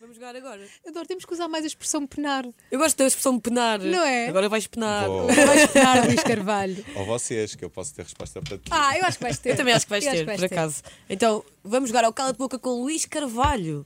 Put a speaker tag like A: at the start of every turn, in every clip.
A: Vamos jogar agora.
B: Adoro, temos que usar mais a expressão penar.
A: Eu gosto da expressão penar.
B: Não é?
A: Agora vais penar.
C: Vou-
B: Vais penar, Luís Carvalho.
C: Ou vocês, que eu posso ter resposta para ti.
B: Ah, eu acho que vais ter.
A: Eu também acho que vais
B: Eu
A: ter, por acaso. Então, vamos jogar ao Cala de Boca com o Luís Carvalho.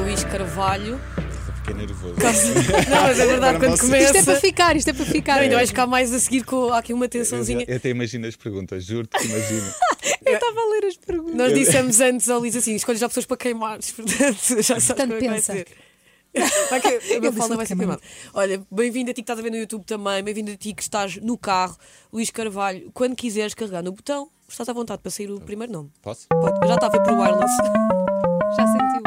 A: Luís Carvalho.
C: Fiquei nervoso.
A: Não, mas é verdade,
C: Agora
A: quando
C: posso-
A: começa.
B: Isto é para ficar, isto é para ficar.
A: Ainda vais ficar mais a seguir com há aqui uma tensãozinha.
C: Eu até imagino as perguntas, juro-te que imagino.
B: Eu estava a ler as perguntas.
A: Nós dissemos antes ao Luís assim: escolhe já pessoas para queimares, portanto, já sabes
B: Portanto,
A: como é que vai
B: pensa.
A: ser. Vai que a minha
B: disse
A: fala vai
B: muito
A: ser queimada.
B: queimado.
A: Olha, bem-vindo a ti que estás a ver no YouTube também, bem-vindo a ti que estás no carro, Luís Carvalho. Quando quiseres carregar no botão, estás à vontade para
B: Tá
A: sair o primeiro nome.
C: Posso?
A: Pode. Já está a ver para o wireless.
B: Já sentiu.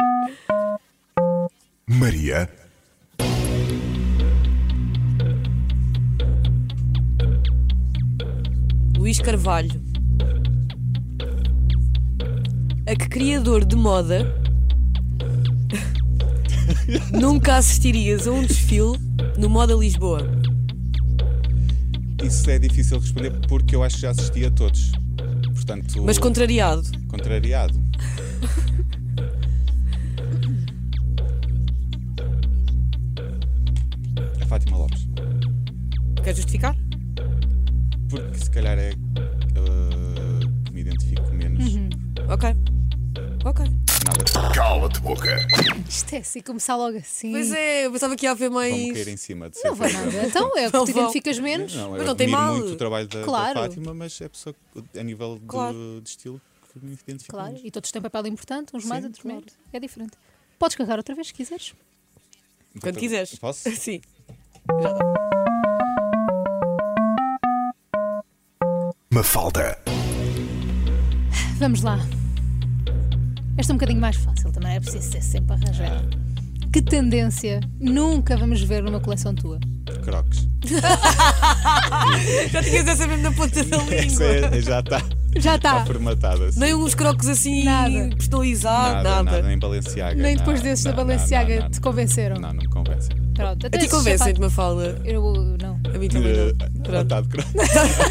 D: Maria,
A: Luís Carvalho. A que criador de moda nunca assistirias a um desfile no Moda Lisboa?
C: Isso é difícil de responder porque eu acho que já assisti a todos. Portanto,
A: Mas contrariado.
C: contrariado. A Fátima Lopes.
A: Quer justificar?
C: Porque se calhar é uh, que me identifico menos.
A: Uhum. Ok. Ok.
C: Nada.
D: cala-te boca.
B: Isto é assim, começar logo assim.
A: Pois é, eu pensava que ia haver mais.
C: Vão-me cair em cima de
B: Não vai
C: certeza.
B: nada. Então é o que
A: Não
B: te
A: vão.
B: identificas menos.
C: Não, é-
A: Mas
C: eu
A: não tem
C: admiro
A: mal.
C: muito o trabalho da, da
B: Claro.
C: Fátima, mas é a pessoa que, a nível do-
A: Claro.
C: de estilo que me identifica.
B: Claro,
C: menos.
B: e todos têm um papel importante, uns mais,
C: Sim,
B: outros menos. É diferente. Podes carregar outra vez se quiseres.
C: Vou
A: Quando
C: tra-
A: quiseres.
C: Posso?
A: Sim.
D: Mafalda,
B: Vamos lá. Esta é um bocadinho mais fácil também, é preciso ser sempre arranjar. Que tendência nunca vamos ver numa coleção tua?
C: Crocs.
A: Já tinhas essa mesmo na ponta da
C: Essa
A: língua.
C: é- já está
B: Já está.
C: formatada. assim.
A: Nem uns crocos assim
B: Nada.
A: personalizados, nada.
C: nem Balenciaga.
B: Nem depois
C: nada,
B: desses da
C: não, não,
B: Balenciaga
C: não, não,
B: te
C: não.
B: convenceram.
C: Não, não me convencem.
B: Pronto,
A: A
B: até
A: ti
B: esses
A: convencem-te
B: sapatos-
A: uma fala.
B: Eu não.
A: A mim também não. Pronto.
C: Tá de Crocs.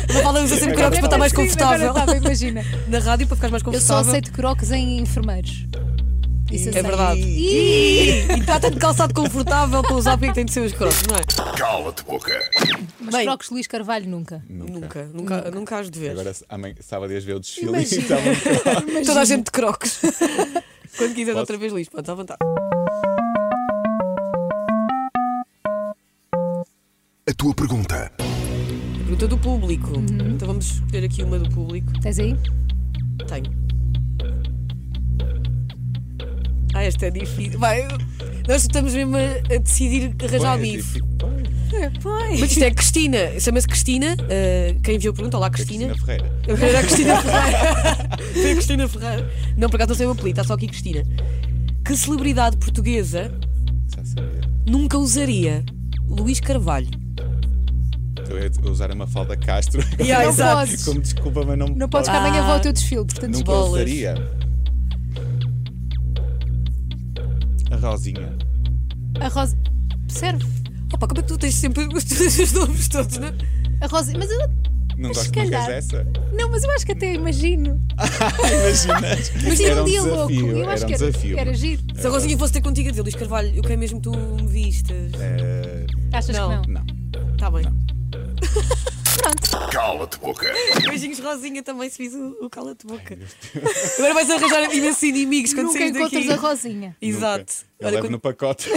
A: Uma fala usa sempre crocos para estar mais
B: Sim, agora
A: confortável.
B: estava, imagina.
A: Na rádio para ficar mais
B: Eu só
A: confortável.
B: aceito croques em enfermeiros. Isso
A: É
B: aceito.
A: verdade. Ih, E está tanto calçado confortável para usar porque é que tem de ser os crocos, não é?
D: Cala-te boca.
B: Mas
A: Bem.
B: croques Luís Carvalho nunca.
A: Nunca, nunca, nunca has de ver.
C: Agora amanhã- sábado ias ver o desfile
B: Imagina.
C: e estavam
A: Toda a gente de crocos. Quando quiseres
C: Posso?
A: outra vez, Luís, pode à vontade.
D: A tua pergunta.
A: Pergunta do público. Então vamos escolher aqui uma do público.
B: Tens aí?
A: Tenho. Ah, esta é difícil. Vai, nós estamos mesmo a, a decidir arranjar o
C: é
A: bife.
C: tipo,
A: Mas isto é Cristina, chama-se Cristina. ah, quem enviou a pergunta, olá Cristina.
C: Cristina Ferreira.
A: Eu quero era a Cristina Ferreira. Foi a Cristina Ferreira. Não, por acaso não sei o apelido, está só aqui Cristina. Que celebridade portuguesa
C: Já sabia.
A: nunca usaria Luís Carvalho?
C: Eu ia usar a Mafalda Castro
A: Yeah,
B: Não
A: exato.
B: podes.
C: como desculpa, mas não
B: Não podes que
C: posso.
B: amanhã
A: Ah.
B: vou ao teu desfile, portanto
C: Nunca
A: bolas.
C: usaria. A Rosinha.
B: A Rosa. Serve.
A: Opa, como é que tu tens sempre os teus os nomes todos, não é?
B: A Rosa. Mas eu.
C: Não
B: Mas
C: gosto
B: se
C: que
B: calhar.
C: dessa.
B: Não, mas eu acho que até imagino.
C: Imaginas?
B: Mas
C: era
B: um
C: um
B: dia louco.
C: desafio,
B: Eu acho
C: era um
B: que era,
C: desafio.
B: era giro.
A: Se a Rosinha fosse ter contigo a dizer, Luís Carvalho, eu quero mesmo que tu me vistas.
C: Eh,
B: Achas
A: Não.
B: que não?
C: não.
A: Está bem.
B: Pronto.
D: Cala-te boca.
A: Beijinhos, Rosinha, também se fiz o, o cala-te boca. Agora vais arranjar imensos inimigos quando
B: Nunca
A: saís
B: encontras
A: daqui.
B: a Rosinha.
A: Exato.
C: Eu
A: Olha,
C: levo
A: quando-
C: no pacote.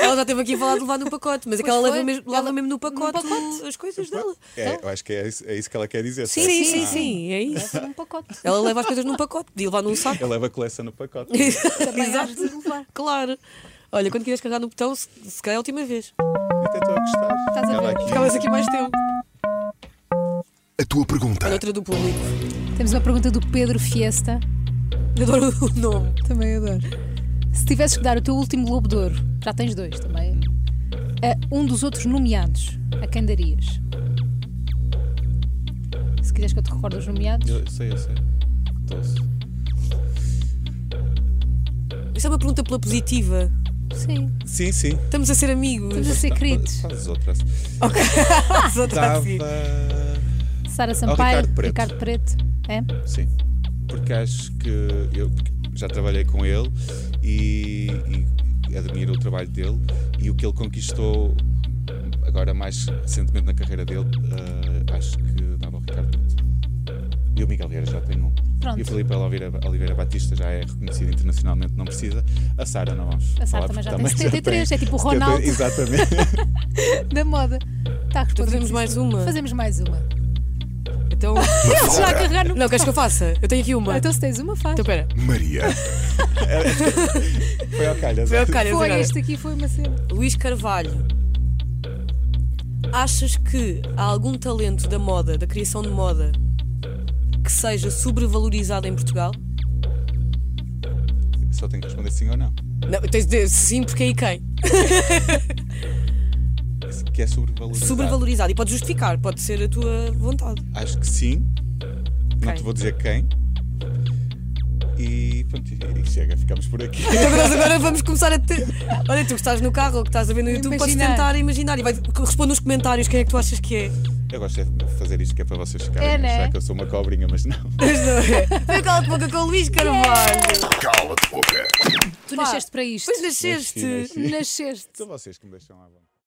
A: Ela já esteve aqui a falar de levar no pacote, mas é que ela
B: foi.
A: leva mesmo, leva
B: Ela-
A: mesmo no
B: no
A: pacote,
B: pacote.
A: as coisas dela.
C: É, eu acho que é isso, é isso que ela quer dizer.
A: Sim,
C: certo?
A: sim, sim, sim, é isso.
B: Deve ser um pacote.
A: Ela leva as coisas num pacote, de levar num saco.
C: Ah, Eu levo a coleção no pacote.
B: Também hás de levar.
A: Claro. Olha, quando quiseres carregar no botão, se, se calhar é a última vez.
C: Eu até estou a gostar.
B: Estás a
C: Ela
B: ver?
C: aqui-
A: Ficavas aqui mais tempo.
D: A tua
A: Olha,
D: pergunta.
A: outra do público.
B: Temos uma pergunta do Pedro Fiesta.
A: Eu Adoro o nome.
B: Também adoro. Se tivesses que dar o teu último Globo de Ouro, já tens dois também, a um dos outros nomeados, a quem darias? Se quiseres que eu te recorde os nomeados.
C: Eu sei, eu sei. Doce.
A: Isto é uma pergunta pela positiva.
B: Sim.
C: Sim, sim.
A: Estamos a ser amigos.
B: Estamos a ser queridos.
C: Fazes outra.
A: As outras a
C: Estava.
A: seguir.
B: Sara Sampaio,
C: Ricardo
B: Ricardo
C: Preto.
B: Preto. É?
C: Sim. Porque acho que eu já trabalhei com ele e, e admiro o trabalho dele e o que ele conquistou agora mais recentemente na carreira dele, ah, acho que dava ao Ricardo Preto. E o Miguel Vieira já tem um.
B: Pronto.
C: E o Felipe Oliveira, Oliveira Batista já é reconhecido internacionalmente, não precisa. A Sara não vamos.
B: A Sara
C: falar,
B: também
C: porque
B: já tem 73, é tipo o
C: 70,
B: Ronaldo.
C: Exatamente.
B: Da moda. Está
A: Então
B: respondido.
A: fazemos mais uma.
B: Tá, Fazemos mais uma.
A: Então.
B: Ele já a carregar no.
A: Não, queres que eu faça? Eu tenho aqui uma.
B: Ah, Então se tens uma, faz.
A: Então pera.
D: Maria,
C: Foi ao calhas.
A: Foi ao calhas
B: Foi,
A: agora.
B: este aqui foi uma cena.
A: Luís Carvalho. Achas que há algum talento da moda, da criação de moda, que seja sobrevalorizado em Portugal?
C: Só tenho que responder sim ou não.
A: Não, tens de dizer sim, porque aí quem?
C: Que é sobrevalorizado.
A: Sobrevalorizado. E pode justificar, pode ser a tua vontade.
C: Acho que sim. Não
A: Quem?
C: te vou dizer quem. E pronto, e chega, ficamos por aqui.
A: Então nós agora vamos começar a ter. Olha, tu que estás no carro ou que estás a ver no YouTube, podes
B: Imaginar.
A: tentar imaginar e vai... responde nos comentários quem é que tu achas que é.
C: Eu gosto é de fazer isto que é para vocês ficarem
B: É,
C: a achar
B: né?
C: que eu sou uma cobrinha, mas não.
A: Mas não é. Foi cala de boca com o Luís Carvalho.
D: cala-te boca.
B: Tu
A: Pá,
B: nasceste para isto.
A: Pois nasceste.
C: Nasci, nasci.
B: Nasceste.
C: São vocês que me deixam à vontade.